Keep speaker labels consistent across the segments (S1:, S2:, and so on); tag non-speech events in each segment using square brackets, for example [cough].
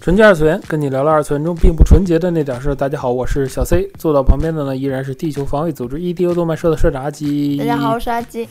S1: 纯洁二次元，跟你聊聊二次元中并不纯洁的那点事儿。大家好，我是小 C，坐到旁边的呢依然是地球防卫组织 EDO 动漫社的社长阿基。
S2: 大家好，我是阿基。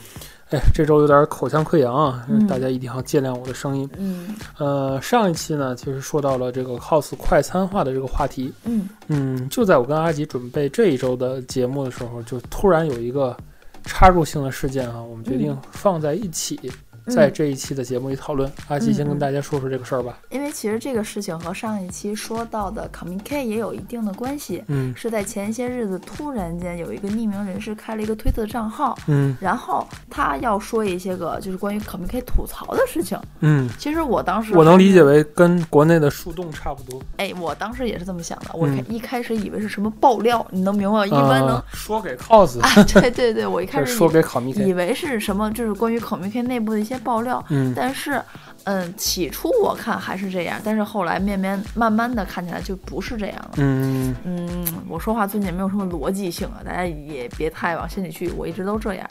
S1: 哎，这周有点口腔溃疡啊，
S2: 嗯
S1: 大家一定要见谅我的声音。
S2: 嗯
S1: 呃，上一期呢，其实说到了这个 cos 快餐化的这个话题。
S2: 嗯，
S1: 嗯，就在我跟阿吉准备这一周的节目的时候，就突然有一个插入性的事件啊，我们
S2: 嗯
S1: 决定放在一起，在这一期的节目里讨论。阿吉先
S2: 嗯
S1: 跟
S2: 嗯
S1: 大家说说这个事儿吧。
S2: 因为其实这个事情和上一期说到的 Comic K 也有一定的关系，
S1: 嗯
S2: 是在前些日子突然间有一个匿名人士开了一个推特账号，
S1: 嗯
S2: 然后他要说一些个就是关于 Comic K 吐槽的事情。
S1: 嗯，
S2: 其实我当时
S1: 我能理解为跟国内的树洞差不多。
S2: 哎，我当时也是这么想的，我
S1: 嗯
S2: 开一开始以为是什么爆料，你能明白吗？一般能
S1: 啊、说给 cos，、
S2: [laughs] 啊，对对对，我一开
S1: 就
S2: 始
S1: 是
S2: 以
S1: 说给考米
S2: 以
S1: K，
S2: 为是什么，就是关于 Comic K 内部的一些爆料，
S1: 嗯
S2: 但是，嗯，起初我看还是这样，但是后来面面慢慢的看起来就不是这样了。
S1: 嗯
S2: 嗯，我说话最近也没有什么逻辑性啊，大家也别太往心里去，我一直都这样。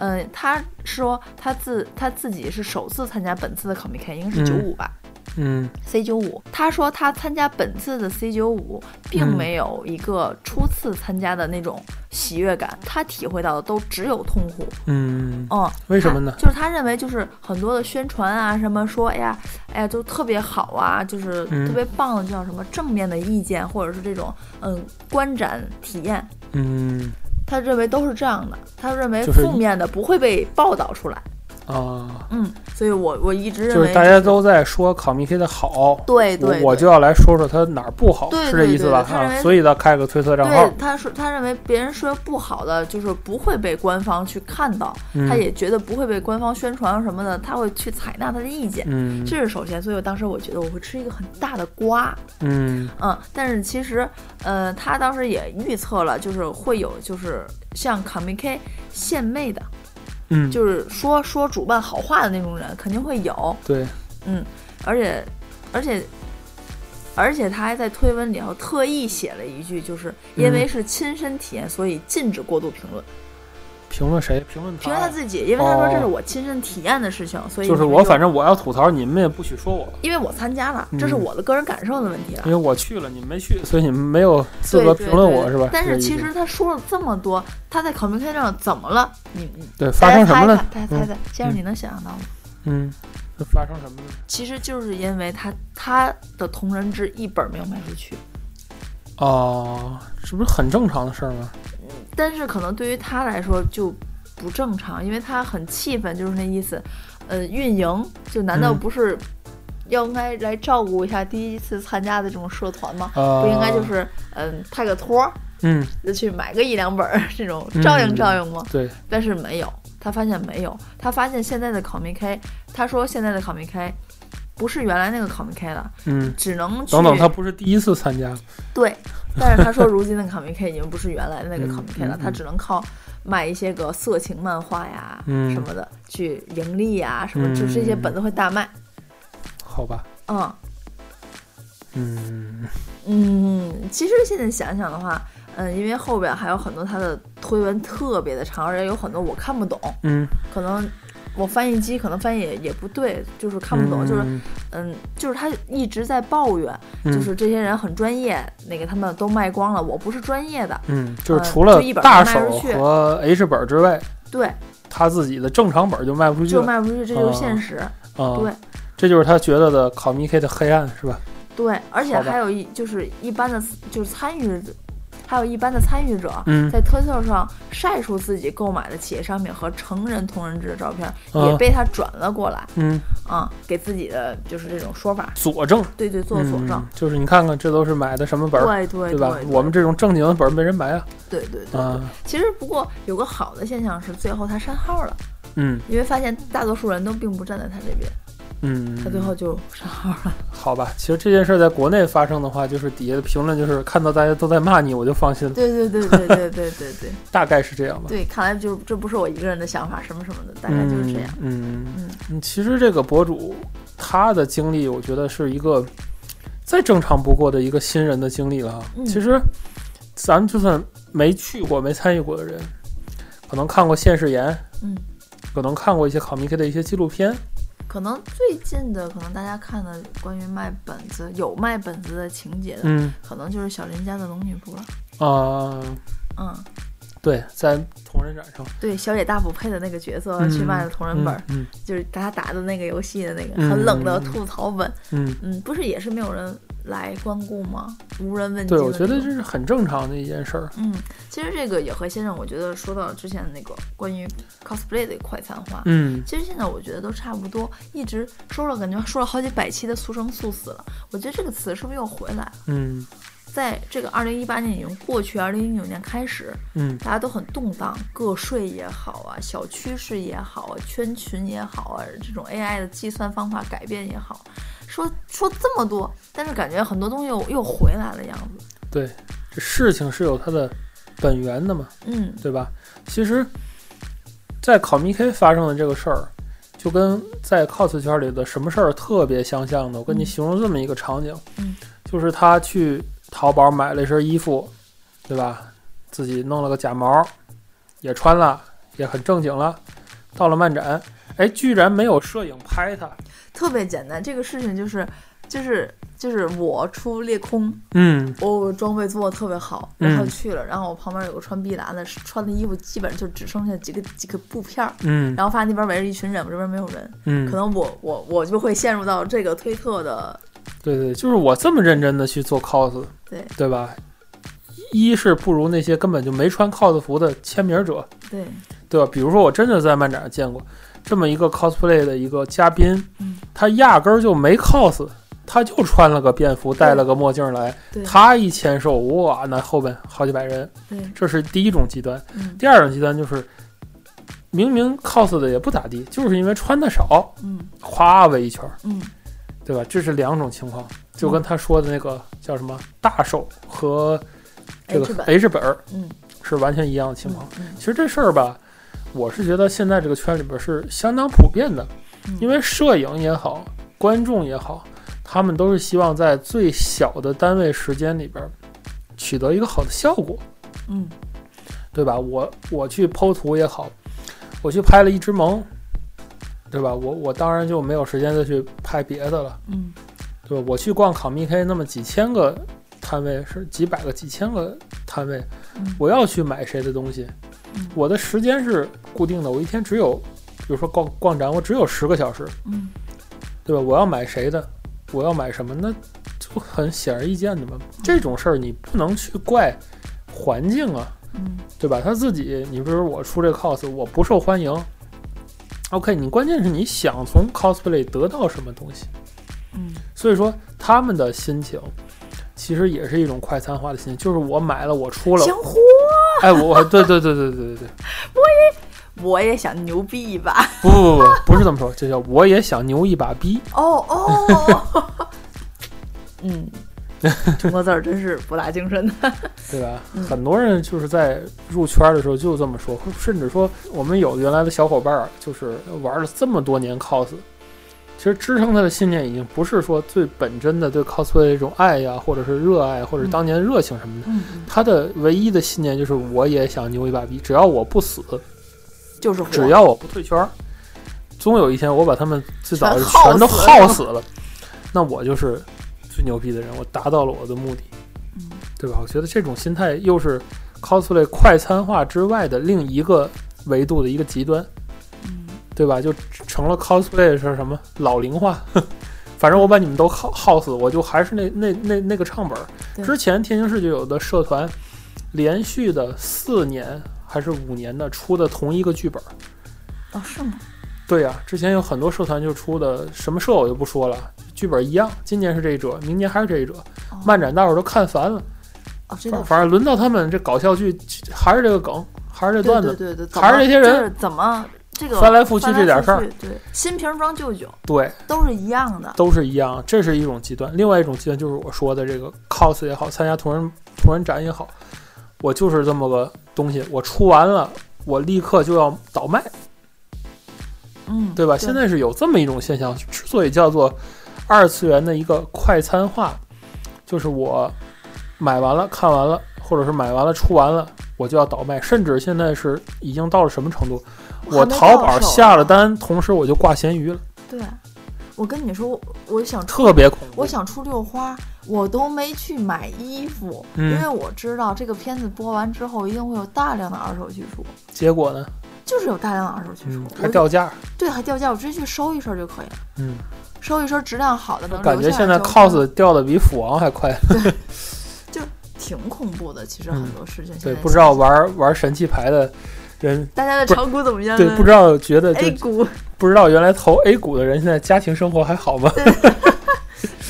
S2: 嗯，他说他自他自己是首次参加本次的 Comic Con，应该是
S1: 嗯
S2: 九五吧、
S1: 嗯
S2: c 九五。他说他参加本次的 C 九五，并
S1: 嗯
S2: 没有一个初次参加的那种喜悦感，他体会到的都只有痛苦。
S1: 嗯，
S2: 嗯，
S1: 为什么呢
S2: 他就是他认为，就是很多的宣传啊，什么说，哎呀，哎呀，就特别好啊，就是
S1: 嗯
S2: 特别棒的，叫什么正面的意见，或者是这种嗯观展体验，
S1: 嗯
S2: 他认为都是这样的。他认为
S1: 就是
S2: 负面的不会被报道出来。
S1: 啊，
S2: 嗯，所以我我一直认
S1: 就
S2: 为、
S1: 是大家都在说考米 K 的好，
S2: 对对，
S1: 我我
S2: 对
S1: 就要来说说他哪儿不好，
S2: 对
S1: 是这意思吧？
S2: 对对对他认为
S1: 啊，所以他开了个推特账号
S2: 对，，他说他认为别人说不好的，就是不会被官方去看到，
S1: 嗯
S2: 他也觉得不会被官方宣传什么的，他会去采纳他的意见。
S1: 嗯
S2: 这是首先，所以我当时我觉得我会吃一个很大的瓜，
S1: 嗯
S2: 嗯，但是其实，呃，他当时也预测了，就是会有就是像 Comic K 献媚的，
S1: 嗯，
S2: 就是说说主办好话的那种人肯定会有，
S1: 对，
S2: 而且，而且，而且他还在推文里头特意写了一句，就是
S1: 嗯
S2: 因为是亲身体验，所以禁止过度评论，
S1: 评论谁？评论
S2: 评论他
S1: 他。
S2: 自己，因为他说这是
S1: 哦
S2: 我亲身体验的事情，所以
S1: 就是
S2: 你们
S1: 我，反正我要吐槽，你们也不许说我，
S2: 因为我参加了，这是
S1: 嗯
S2: 我的个人感受的问题了
S1: 因。为我去了，你们没去，所以你们没有资
S2: 对
S1: 格
S2: 对
S1: 评论
S2: 对
S1: 我，是吧？
S2: 但
S1: 这
S2: 是
S1: 意
S2: 其
S1: 思
S2: 实他说了这么多，他在 Comic Con 上怎么了？你你
S1: 对发生什么了？
S2: 大家猜一猜，大家猜猜，先生，你能想象到吗？
S1: 嗯，发生什么了？
S2: 其实就是因为他他的同人志一本没有卖出去，
S1: 哦，这不是很正常的事儿吗？
S2: 但是可能对于他来说就不正常，因为他很气愤，就是那意思。呃，运营就难道
S1: 嗯
S2: 不是要应该来照顾一下第一次参加的这种社团吗？
S1: 呃，
S2: 不应该就是嗯派个托儿
S1: 嗯，
S2: 就去买个一两本儿这种照应
S1: 嗯
S2: 照应吗？
S1: 对，
S2: 但是没有，他发现没有，他发现现在的 Comic K，他说现在的 Comic K 不是原来那个 Comic K 了，
S1: 嗯，
S2: 只能去
S1: 等等，他不是第一次参加，
S2: 对，但是他说如今的 Comic K 已经不是原来的那个
S1: 嗯
S2: Comic K
S1: 嗯
S2: 了，
S1: 嗯
S2: 他只能靠卖一些个色情漫画呀、
S1: 嗯
S2: 什么的去盈利呀，什么就
S1: 嗯
S2: 这些本子会大卖，
S1: 好吧？
S2: 嗯
S1: 嗯
S2: 嗯，其实现在想想的话。嗯，因为后边还有很多他的推文特别的长，而且有很多我看不懂，
S1: 嗯，
S2: 可能我翻译机可能翻译也也不对，就是看不懂，就是
S1: 嗯
S2: 嗯，就是他一直在抱怨，
S1: 嗯
S2: 就是这些人很专业，那个他们都卖光了，我不是专业的，
S1: 嗯，就是
S2: 呃
S1: 除
S2: 就
S1: 了
S2: 一本儿
S1: 大
S2: 卖不
S1: 手
S2: 出去
S1: 和 H 本儿之外，
S2: 对，
S1: 他自己的正常本儿就卖不出去
S2: 就
S1: 了
S2: 卖不出去，这
S1: 哦
S2: 就是现实，
S1: 啊。
S2: 对，
S1: 这就是他觉得的考米 K 的黑暗，是吧？
S2: 对，而且
S1: 好吧
S2: 还有一就是一般的，就是参与，还有一般的参与者。
S1: 嗯
S2: 在推特上晒出自己购买的企业商品和成人同人志的照片，
S1: 啊
S2: 也被他转了过来
S1: 嗯，
S2: 啊、给自己的就是这种说法，
S1: 佐证，
S2: 对对，做佐证
S1: 嗯，，就是你看看这都是买的什么本儿，
S2: 对对
S1: 吧？我们这种正经的本儿没人买啊
S2: 对对对对对。
S1: 啊，
S2: 其实不过有个好的现象是，最后他删号了。
S1: 嗯
S2: 因为发现大多数人都并不站在他这边。
S1: 嗯，
S2: 他最后就上号了。 [laughs]
S1: 好吧，其实这件事儿在国内发生的话，就是底下的评论就是看到大家都在骂你，我就放心了，
S2: 对对对对对对对对
S1: 大概是这样吧。
S2: 对，看来就这不是我一个人的想法，什么什么的，大概就是这样。
S1: 嗯。嗯
S2: 嗯
S1: 嗯，其实这个博主他的经历，我觉得是一个再正常不过的一个新人的经历了啊。
S2: 嗯
S1: 其实咱们就算没去过、没参与过的人，可能看过现世言，
S2: 嗯，
S1: 可能看过一些考米 K 的一些纪录片，
S2: 可能最近的，可能大家看的关于卖本子有卖本子的情节的，
S1: 嗯
S2: 可能就是小林家的龙女仆了。
S1: 啊、
S2: 嗯，
S1: 对，在同人展上
S2: 对，小野大补配的那个角色去卖的同人本儿，，
S1: 嗯
S2: 就是他打的那个游戏的那个
S1: 嗯
S2: 很冷的吐槽本。
S1: 嗯嗯
S2: 嗯，不是也是没有人来光顾吗？无人问津
S1: 对，
S2: 的
S1: 我
S2: 那种。
S1: 觉得这是很正常的一件事儿。
S2: 嗯，其实这个野和先生，我觉得说到之前那个关于 cosplay 的快餐化，
S1: 嗯
S2: 其实现在我觉得都差不多，一直说了感觉说了好几百期的速生速死了，我觉得这个词是不是又回来了？
S1: 嗯
S2: 在这个二零一八年已经过去，二零一九年开始，
S1: 嗯
S2: 大家都很动荡，个税也好啊，小趋势也好啊，圈群也好啊，这种 AI 的计算方法改变也好，说说这么多，但是感觉很多东西又又回来了样子。
S1: 对，这事情是有它的本源的嘛。
S2: 嗯
S1: 对吧？其实，在考米 K 发生的这个事儿，就跟在 cos 圈里的什么事儿特别相像的。我跟你
S2: 嗯
S1: 形容这么一个场景，
S2: 嗯
S1: 就是他去淘宝买了一身衣服，对吧？自己弄了个假毛，也穿了，也很正经了。到了漫展，哎，居然没有摄影拍他，
S2: 特别简单，这个事情就是，就是就是我出裂空，
S1: 嗯，
S2: 我装备做的特别好，然后
S1: 嗯
S2: 去了，然后我旁边有个穿碧蓝的，穿的衣服基本就只剩下几个几个布片儿，
S1: 嗯
S2: 然后发现那边围着一群人，我这边没有人，
S1: 嗯
S2: 可，能我我我就会陷入到这个推特的，
S1: 对对，就是我这么认真的去做 cos，
S2: 对
S1: 对吧？一是不如那些根本就没穿 cos 服的签名者，
S2: 对，
S1: 对吧？比如说，我真的在漫展上见过这么一个 cosplay 的一个嘉宾，
S2: 嗯
S1: 他压根儿就没 cos，他就穿了个便服，戴了个墨镜来，
S2: 对
S1: 他一签售，哇，那后边好几百人，
S2: 对，
S1: 这是第一种极端。
S2: 嗯
S1: 第二种极端就是，明明 cos 的也不咋地，就是因为穿的少，
S2: 嗯
S1: 夸围一圈儿，
S2: 嗯
S1: 对吧？这是两种情况，就跟他说的那个叫什么大手和这
S2: ，H
S1: 个
S2: 本
S1: H 本儿
S2: 嗯
S1: 是完全一样的情况。
S2: 嗯
S1: 其实这事儿吧，我是觉得现在这个圈里边是相当普遍的，
S2: 嗯，
S1: 因为摄影也好，观众也好，他们都是希望在最小的单位时间里边取得一个好的效果，
S2: 嗯
S1: 对吧？我我去剖图也好，我去拍了一只萌，对吧？我我当然就没有时间再去拍别的了，
S2: 嗯
S1: 对吧？我去逛考密 K 那么几千个摊位，是几百个、几千个摊位，
S2: 嗯，
S1: 我要去买谁的东西
S2: 嗯，
S1: 我的时间是固定的，我一天只有，比如说逛逛展，我只有十个小时，
S2: 嗯
S1: 对吧？我要买谁的，我要买什么，那就很显而易见的嘛。这种事儿你不能去怪环境啊，
S2: 嗯
S1: 对吧？他自己，你比如我出这 cos，我不受欢迎。OK，你关键是你想从 cosplay 得到什么东西，
S2: 嗯
S1: 所以说他们的心情其实也是一种快餐化的心情，就是我买了，我出了，
S2: 江湖，
S1: 哎，我对对对对对对对，
S2: 我也想牛逼一把，
S1: 不不不，不是这么说，这叫我也想牛一把逼。
S2: 哦哦，嗯，中国字儿真是博大精深的，
S1: 对吧？
S2: 嗯
S1: 很多人就是在入圈的时候就这么说，甚至说我们有原来的小伙伴儿，就是玩了这么多年 cos，其实支撑他的信念已经不是说最本真的对 cosplay 的一种爱呀，或者是热爱，或者是当年热情什么的。
S2: 嗯嗯，
S1: 他的唯一的信念就是我也想牛一把逼，只要我不死，
S2: 就是火
S1: 只要我不退圈儿，终有一天我把他们最早
S2: 全
S1: 是
S2: 耗
S1: 全都
S2: 死
S1: 耗
S2: 了
S1: 死了，那我就是最牛逼的人，我达到了我的目的，
S2: 嗯
S1: 对吧？我觉得这种心态又是 cosplay 快餐化之外的另一个维度的一个极端，
S2: 嗯
S1: 对吧？就成了 cosplay 是什么老龄化。 [laughs] 反正我把你们都耗耗死，我就还是那那那那个唱本儿。
S2: 对
S1: 之前天津市就有的社团，连续的四年还是五年的出的同一个剧本儿，
S2: 哦，是吗？
S1: 对呀、之前有很多社团就出的什么社我就不说了，剧本一样，今年是这一折，明年还是这一折，
S2: 哦
S1: 漫展大伙儿都看烦了，
S2: 哦，这倒
S1: 反反正轮到他们这搞笑剧还是这个梗，还是这
S2: 对
S1: 段
S2: 对
S1: 子，
S2: 对对，怎
S1: 还是
S2: 么
S1: 这些人
S2: 就是怎么这个
S1: 翻来覆去这点事儿
S2: 翻来覆去，对，新瓶装旧酒
S1: 对，
S2: 都是一样的，
S1: 都是一样，这是一种极端。另外一种极端就是我说的这个 cos 也好，参加同人同人展也好，我就是这么个东西，我出完了，我立刻就要倒卖，
S2: 嗯，
S1: 对吧？现在是有这么一种现象，之所以叫做二次元的一个快餐化，就是我买完了、看完了，或者是买完了、出完了，我就要倒卖，甚至现在是已经到了什么程度？我
S2: 还没
S1: 淘
S2: 到
S1: 宝
S2: 手
S1: 下了
S2: 呢，
S1: 单，同时我就挂闲鱼了，
S2: 对，我跟你说，我我想出
S1: 特别恐怖。
S2: 我想出六花，我都没去买衣服，
S1: 嗯
S2: 因为我知道这个片子播完之后一定会有大量的二手去处，
S1: 结果呢？
S2: 就是有大量的二手去处，
S1: 嗯，
S2: 我
S1: 还
S2: 就
S1: 掉价。
S2: 对还掉价，我直接去收一收就可以了，
S1: 嗯，
S2: 收一收质量好的能
S1: 感觉
S2: 留下
S1: 现
S2: 来
S1: 在
S2: 就
S1: cos 掉的比斧王还快。
S2: 挺恐怖的，其实
S1: 嗯
S2: 很多事情、现
S1: 对，
S2: 在
S1: 不知
S2: 想
S1: 道
S2: 想
S1: 玩玩神器牌的人，
S2: 大家的
S1: 不
S2: 炒股怎么样呢？
S1: 对，不知道觉得
S2: A
S1: 就
S2: 股，
S1: 不知道原来投 A 股的人现在家庭生活还好吗？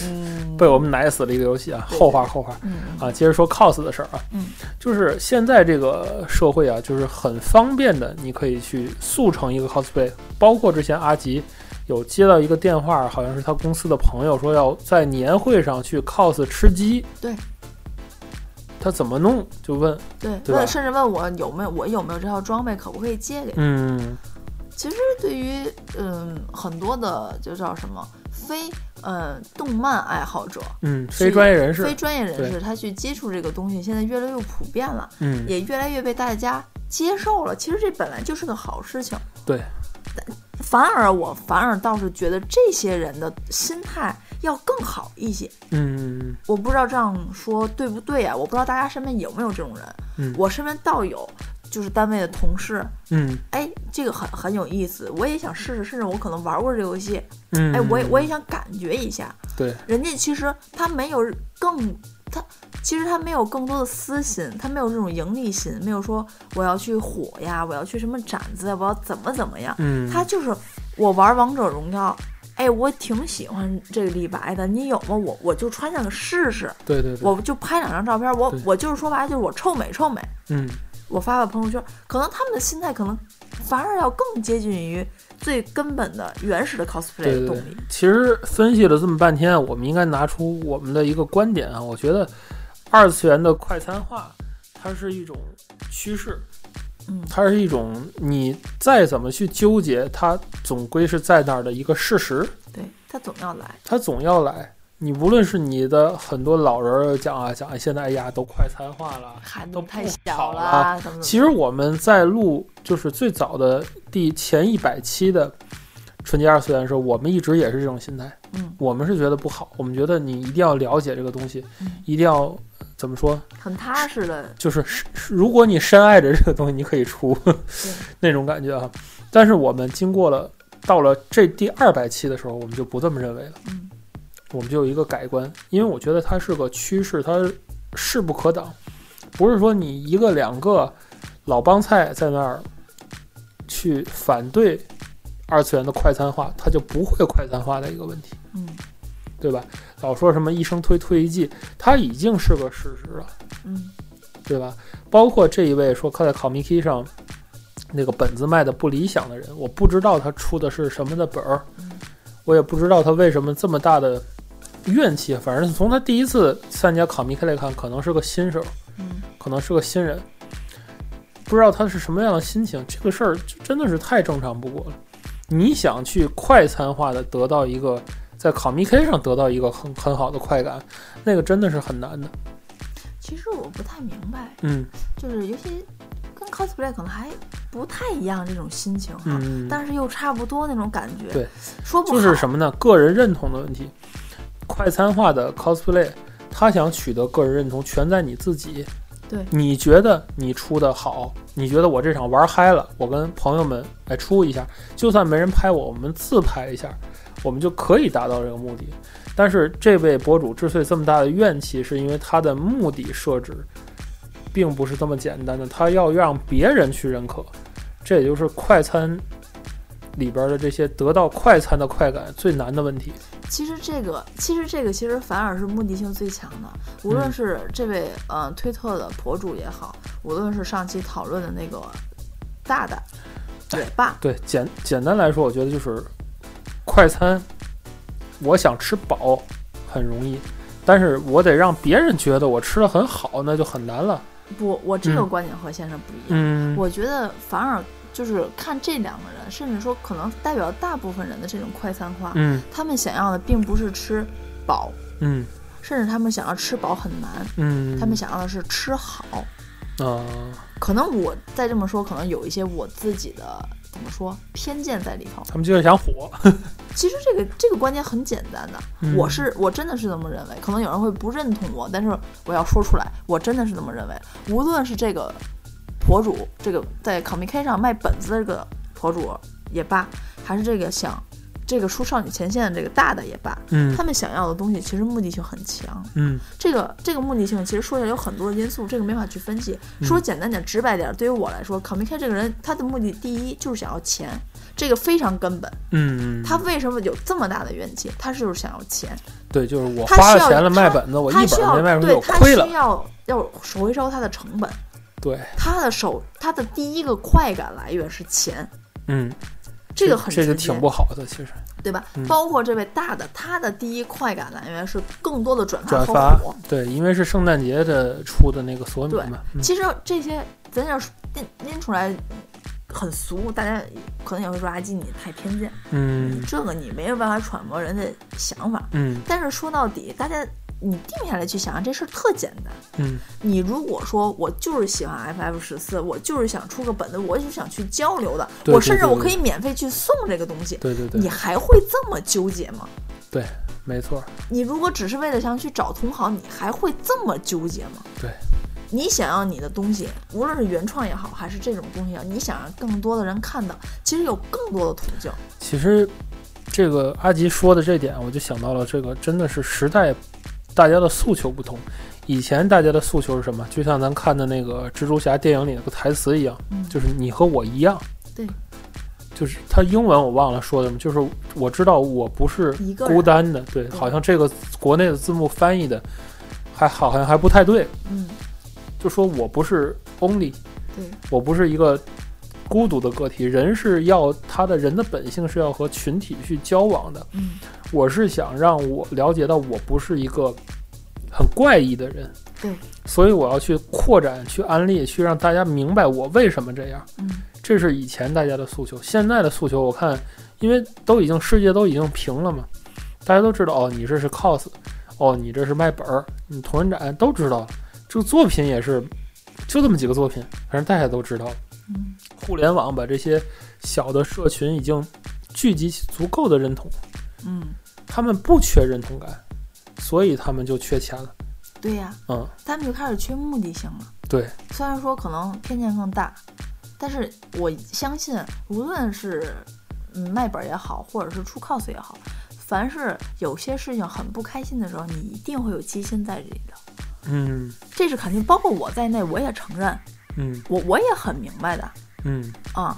S2: 嗯
S1: 被我们奶死了一个游戏啊！
S2: 对
S1: 后话后话
S2: 嗯
S1: 啊，接着说 cos 的事儿啊，
S2: 嗯，
S1: 就是现在这个社会啊，就是很方便的，你可以去速成一个 cosplay，包括之前阿吉。有接到一个电话，好像是他公司的朋友说要在年会上去 cos 吃鸡。
S2: 对，
S1: 他怎么弄？就问
S2: 对，
S1: 对吧
S2: 问甚至问我有没有我有没有这套装备，可不可以借给他？
S1: 嗯，
S2: 其实对于嗯很多的就叫什么非呃动漫爱好者、
S1: 嗯，非专业人士
S2: 非，专业人
S1: 对
S2: 士，他去接触这个东西，现在越来越普遍了，
S1: 嗯，
S2: 也越来越被大家接受了。其实这本来就是个好事情。
S1: 对
S2: 但，反而我反而倒是觉得这些人的心态要更好一些。
S1: 嗯，
S2: 我不知道这样说对不对啊？我不知道大家身边有没有这种人。
S1: 嗯
S2: 我身边倒有，就是单位的同事，
S1: 嗯，
S2: 哎，这个很很有意思，我也想试试，甚至我可能玩过这个游戏，
S1: 嗯，
S2: 哎，我也我也想感觉一下。
S1: 对，
S2: 人家其实他没有更他。其实他没有更多的私心，他没有这种盈利心，没有说我要去火呀，我要去什么展子呀，我要怎么怎么样。
S1: 嗯，
S2: 他就是我玩王者荣耀，哎，我挺喜欢这个李白的，你有吗？我我就穿上个试试，
S1: 对对对，
S2: 我就拍两张照片，我
S1: 对
S2: 我就是说白了就是我臭美臭美，
S1: 嗯，
S2: 我发发朋友圈，可能他们的心态可能反而要更接近于最根本的原始的 cosplay
S1: 对
S2: 的
S1: 对
S2: 动
S1: 对
S2: 力。。
S1: 其实分析了这么半天，我们应该拿出我们的一个观点啊，我觉得二次元的快餐化，它是一种趋势，
S2: 嗯
S1: 它是一种你再怎么去纠结，它总归是在那儿的一个事实，
S2: 对，他总要来，
S1: 它总要来。你无论是你的很多老人儿讲啊讲啊，现在哎呀都快餐化了，
S2: 孩子
S1: 都
S2: 们太
S1: 不
S2: 小
S1: 好
S2: 了
S1: 了
S2: 啊，怎么怎么
S1: 其实我们在录就是最早的第前一百期的纯洁二次元的时候，我们一直也是这种心态。
S2: 嗯，
S1: 我们是觉得不好，我们觉得你一定要了解这个东西，
S2: 嗯
S1: 一定要呃怎么说？
S2: 很踏实的，
S1: 就是 [laughs] 是是如果你深爱着这个东西，你可以出 [laughs] 那种感觉啊。但是我们经过了到了这第二百期的时候，我们就不这么认为了，
S2: 嗯
S1: 我们就有一个改观，因为我觉得它是个趋势，它势不可挡，不是说你一个两个老帮菜在那儿去反对二次元的快餐化，它就不会快餐化的一个问题。
S2: 嗯
S1: 对吧？老说什么一生推推一季，它已经是个事实了，
S2: 嗯
S1: 对吧？包括这一位说他在 Comic 上那个本子卖的不理想的人，我不知道他出的是什么的本儿
S2: 嗯，
S1: 我也不知道他为什么这么大的怨气。反正从他第一次参加 Comic 来看，可能是个新手，
S2: 嗯，
S1: 可能是个新人，不知道他是什么样的心情。这个事儿就真的是太正常不过了。你想去快餐化的得到一个在 Comic 上得到一个很很好的快感，那个真的是很难的。
S2: 其实我不太明白，
S1: 嗯
S2: 就是尤其跟 cosplay 可能还不太一样这种心情哈，
S1: 嗯，
S2: 但是又差不多那种感觉，
S1: 对，
S2: 说不好
S1: 就是什么呢？个人认同的问题。快餐化的 cosplay，他想取得个人认同，全在你自己。
S2: 对
S1: 你觉得你出的好，你觉得我这场玩嗨了，我跟朋友们来出一下，就算没人拍我，我们自拍一下，我们就可以达到这个目的。但是这位博主之所以这么大的怨气，是因为他的目的设置并不是这么简单的，他要让别人去认可，这也就是快餐里边的这些得到快餐的快感最难的问题。
S2: 其实这个，其实这个，其实反而是目的性最强的。无论
S1: 嗯
S2: 是这位呃推特的博主也好，无论是上期讨论的那个大大，也罢，
S1: 对，简简单来说，我觉得就是快餐，我想吃饱很容易，但是我得让别人觉得我吃的很好，那就很难了。
S2: 不，我这个
S1: 嗯
S2: 观点和先生不一样。
S1: 嗯，
S2: 我觉得反而就是看这两个人，甚至说可能代表大部分人的这种快餐化，
S1: 嗯
S2: 他们想要的并不是吃饱，
S1: 嗯
S2: 甚至他们想要吃饱很难，
S1: 嗯，
S2: 他们想要的是吃好。
S1: 啊，
S2: 可能我再这么说，可能有一些我自己的怎么说偏见在里头。
S1: 他们就是想火。
S2: 其实这个这个观点很简单的，
S1: 嗯
S2: 我是我真的是这么认为。可能有人会不认同我，但是我要说出来，我真的是这么认为。无论是这个博主，这个在 Comic 上卖本子的这个博主也罢，还是这个想这个出少女前线的这个大的也罢，
S1: 嗯
S2: 他们想要的东西其实目的性很强。
S1: 嗯
S2: 这个这个目的性其实说起来有很多因素，这个没法去分析。
S1: 嗯
S2: 说简单点、直白点，对于我来说，Comic 这个人他的目的第一就是想要钱，这个非常根本。
S1: 嗯，
S2: 他为什么有这么大的怨气？他是就是想要钱，
S1: 对，就是我
S2: 他
S1: 花
S2: 需
S1: 了
S2: 要
S1: 钱了卖
S2: 他
S1: 本子，我一
S2: 他
S1: 本
S2: 需
S1: 儿
S2: 要
S1: 没卖出去，
S2: 对
S1: 我
S2: 他
S1: 亏了
S2: 需。要要回收他的成本，
S1: 对，
S2: 他的手他的第一个快感来源是钱，
S1: 嗯，
S2: 这个很
S1: 这就
S2: 直
S1: 挺
S2: 接，
S1: 不好的，其实
S2: 对吧
S1: 嗯？
S2: 包括这位大的，他的第一快感来源是更多的转发
S1: 转
S2: 和
S1: 发嗯
S2: 火。
S1: 对，因为是圣诞节的出的那个索米
S2: 对
S1: 嘛，嗯
S2: 其实这些咱要是拎拎出来很俗，大家可能也会说阿基你太偏见，你
S1: 嗯
S2: 这个你没有办法揣摩人的想法。
S1: 嗯
S2: 但是说到底，大家你定下来去想，这事儿特简单。
S1: 嗯
S2: 你如果说我就是喜欢 FF 十四，我就是想出个本子，我就是想去交流的，
S1: 对
S2: 我
S1: 对
S2: 甚至
S1: 对
S2: 我
S1: 对
S2: 可以免费去送这个东西，
S1: 对对
S2: 你
S1: 对，
S2: 还会这么纠结吗？
S1: 对，没错儿，
S2: 你如果只是为了想去找同行，你还会这么纠结吗？
S1: 对，
S2: 你想要你的东西，无论是原创也好，还是这种东西也好，啊你想让更多的人看到，其实有更多的途径。
S1: 其实这个阿吉说的这点，我就想到了，这个真的是时代大家的诉求不同。以前大家的诉求是什么？就像咱看的那个蜘蛛侠电影里那个台词一样，
S2: 嗯
S1: 就是你和我一样。
S2: 对，
S1: 就是他英文我忘了说什么，就是我知道我不是
S2: 一个人
S1: 孤单的。对，
S2: 对
S1: 好像这个国内的字幕翻译的还好像还不太对，
S2: 嗯，
S1: 就说我不是 only，
S2: 对，
S1: 我不是一个孤独的个体，人是要他的人的本性是要和群体去交往的。
S2: 嗯，
S1: 我是想让我了解到我不是一个很怪异的人，
S2: 对，
S1: 所以我要去扩展、去安利、去让大家明白我为什么这样。
S2: 嗯，
S1: 这是以前大家的诉求，现在的诉求我看，因为都已经世界都已经平了嘛，大家都知道哦，你这是 cos，哦，你这是卖本儿，你同人展都知道了，这个作品也是就这么几个作品，反正大家都知道了。
S2: 嗯，
S1: 互联网把这些小的社群已经聚集起足够的认同，
S2: 嗯，
S1: 他们不缺认同感，所以他们就缺钱了。
S2: 对呀、
S1: 嗯，
S2: 他们就开始缺目的性了。
S1: 对，
S2: 虽然说可能偏见更大，但是我相信，无论是嗯卖本儿也好，或者是出 cos 也好，凡是有些事情很不开心的时候，你一定会有机心在里头，
S1: 嗯
S2: 这是肯定。包括我在内，我也承认，
S1: 嗯
S2: 我我也很明白的
S1: 嗯
S2: 啊。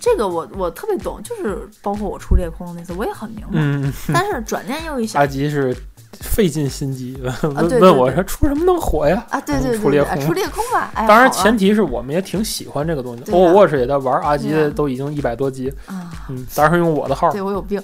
S2: 这个我我特别懂，就是包括我出裂空那次，我也很明白。
S1: 嗯，
S2: 但是转念又一想
S1: 阿，吉是费尽心机问、
S2: 对对
S1: 问我
S2: 对
S1: 说出什么能火呀？
S2: 啊，对对
S1: 哎出
S2: 对对，
S1: 裂
S2: 啊
S1: 空
S2: 出裂空吧，哎呀，
S1: 当然，
S2: 好啊
S1: 前提是我们也挺喜欢这个东西的。
S2: 对啊
S1: Overwatch 也在玩，阿吉
S2: 对啊
S1: 都已经一百多级，
S2: 啊，
S1: 嗯，当然是用我的号，
S2: 对我
S1: [laughs]
S2: 有病，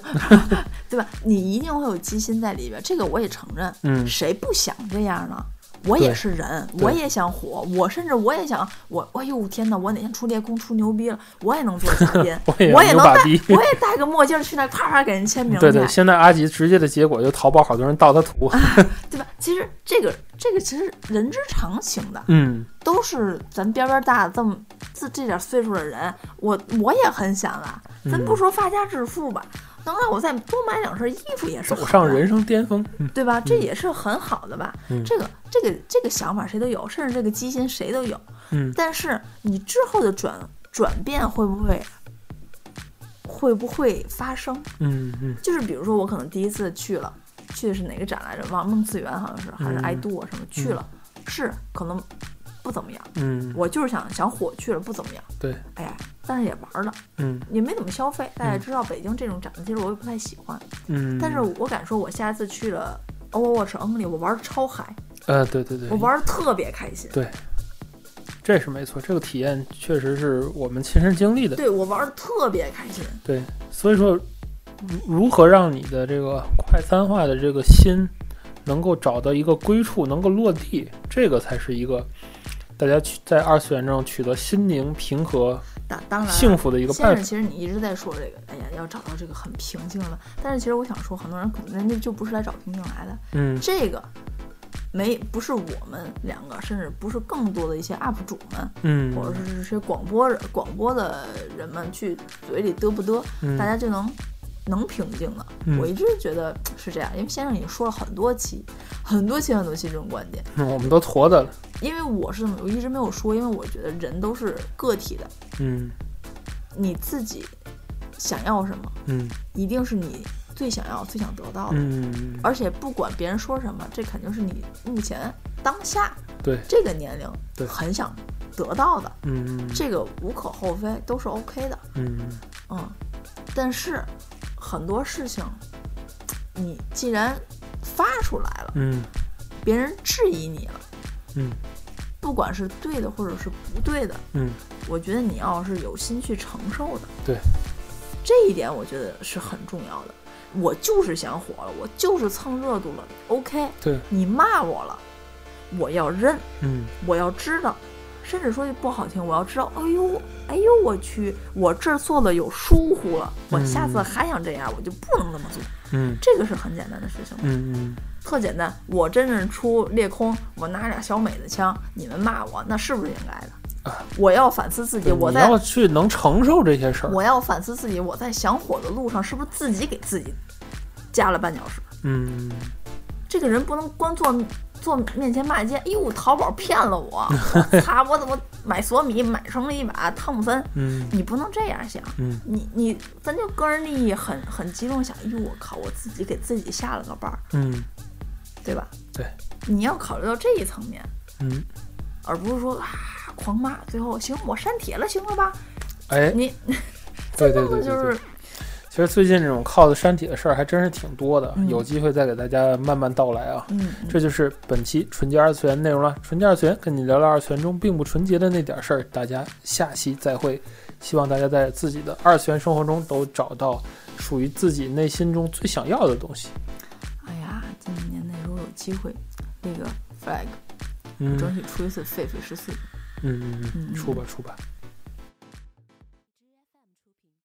S2: 对吧？你一定会有机心在里边，这个我也承认。
S1: 嗯
S2: 谁不想这样呢？我
S1: 对
S2: 也是人，
S1: 对
S2: 我也想火，我甚至我也想，我哎呦天哪，我哪天出裂空出牛逼了，我也能做嘉
S1: [laughs]，
S2: 宾
S1: 我也
S2: 我也
S1: 牛
S2: 能
S1: 把
S2: 戴
S1: 逼，
S2: 我也戴个墨镜去那啪啪给人签名去，
S1: 对对，现在阿吉直接的结果就淘宝好多人盗他图，
S2: [laughs] 对吧？其实这个这个其实人之常情的，
S1: 嗯
S2: 都是咱边边大这么这这点岁数的人，我我也很想啊，咱不
S1: 嗯
S2: 说发家致富吧，能让我再多买两身衣服也是
S1: 走
S2: 好
S1: 上
S2: 的
S1: 人生巅
S2: [laughs]
S1: 峰，嗯
S2: 对吧？这也是很好的吧？
S1: 嗯
S2: 这个这个这个想法谁都有，甚至这个基因谁都有。
S1: 嗯
S2: 但是你之后的转转变会不会会不会发生？
S1: 嗯嗯
S2: 就是比如说我可能第一次去了，去的是哪个展来着？忘梦次元好像是还是
S1: 嗯
S2: 爱度啊什么去了，是可能不怎么样。
S1: 嗯
S2: 我就是想想火去了不怎么样，
S1: 对，
S2: 哎呀，但是也玩了，
S1: 嗯
S2: 也没怎么消费。大家也知道北京这种展，其实我也不太喜欢。
S1: 嗯，
S2: 但是我敢说，我下次去了 Overwatch Only，我玩的超嗨，
S1: 呃，对对对，
S2: 我玩的特别开心。
S1: 对，这是没错，这个体验确实是我们亲身经历的。
S2: 对我玩的特别开心，
S1: 所以说，如如何让你的这个快餐化的这个心能够找到一个归处，能够落地，这个才是一个大家去在二次元中取得心灵平和、
S2: 当当然了
S1: 幸福的一个
S2: 先
S1: 办，
S2: 生
S1: 法。
S2: 其实你一直在说这个，哎呀，要找到这个很平静的。但是其实我想说，很多人可能人家就不是来找平静来的。
S1: 嗯，
S2: 这个没不是我们两个，甚至不是更多的一些 UP 主们，
S1: 嗯
S2: 或者是这些广播人、广播的人们去嘴里嘚不嘚，
S1: 嗯，
S2: 大家就能能平静了。
S1: 嗯
S2: 我一直觉得是这样，因为先生已经说了很多期、很多期、很多期这种观点。
S1: 嗯我们都驼的了，
S2: 因为我是这么，我一直没有说，因为我觉得人都是个体的，
S1: 嗯
S2: 你自己想要什么。
S1: 嗯
S2: 一定是你最想要、最想得到的。
S1: 嗯，
S2: 而且不管别人说什么，这肯定是你目前当下
S1: 对，
S2: 这个年
S1: 对
S2: 龄很想得到的，
S1: 嗯
S2: 这个无可厚非，都是 OK 的。
S1: 嗯
S2: 嗯，但是很多事情，你既然发出来了，
S1: 嗯
S2: 别人质疑你了，
S1: 嗯
S2: 不管是对的或者是不对的，
S1: 嗯，
S2: 我觉得你要是有心去承受的，
S1: 对，
S2: 这一点我觉得是很重要的。我就是想火了，我就是蹭热度了，OK，
S1: 对，
S2: 你骂我了，我要认，
S1: 嗯
S2: 我要知道，甚至说句不好听，我要知道，哎呦，哎呦，我去，我这儿做的有疏忽了，我
S1: 嗯
S2: 下次还想这样，我就不能这么做，
S1: 嗯
S2: 这个是很简单的事情。
S1: 嗯嗯，
S2: 特简单，我真是出裂空，我拿俩小美的枪，你们骂我，那是不是应该的
S1: 啊？
S2: 我要反思自己，
S1: 对
S2: 我
S1: 你
S2: 在
S1: 要去能承受这些事儿，
S2: 我要反思自己，我在想火的路上是不是自己给自己加了绊脚石？
S1: 嗯
S2: 这个人不能光坐坐面前骂街，哎呦，淘宝骗了
S1: [laughs]
S2: 我，擦，我怎么买索米买成了一把汤姆森？
S1: 嗯
S2: 你不能这样想，
S1: 嗯
S2: 你你咱就个人利益很很集中想，哎呦，我靠，我自己给自己下了个绊儿，
S1: 嗯
S2: 对吧？
S1: 对，
S2: 你要考虑到这一层面，
S1: 嗯，
S2: 而不是说啊狂骂，最后行我删帖了，行了吧？
S1: 哎，
S2: 你
S1: 对对
S2: 这
S1: 对
S2: 就
S1: 对
S2: 是
S1: 对。其实最近这种 cos 删帖的事儿还真是挺多的，
S2: 嗯
S1: 有机会再给大家慢慢道来啊。
S2: 嗯，嗯
S1: 这就是本期纯洁二次元内容了。纯洁二次元跟你聊聊二次元中并不纯洁的那点事儿，大家下期再会。希望大家在自己的二次元生活中都找到属于自己内心中最想要的东西。
S2: 哎呀，今年内如果有机会，那个 flag
S1: 嗯
S2: 争取出一次狒狒十四。
S1: 嗯嗯嗯，
S2: 嗯
S1: 出吧出吧。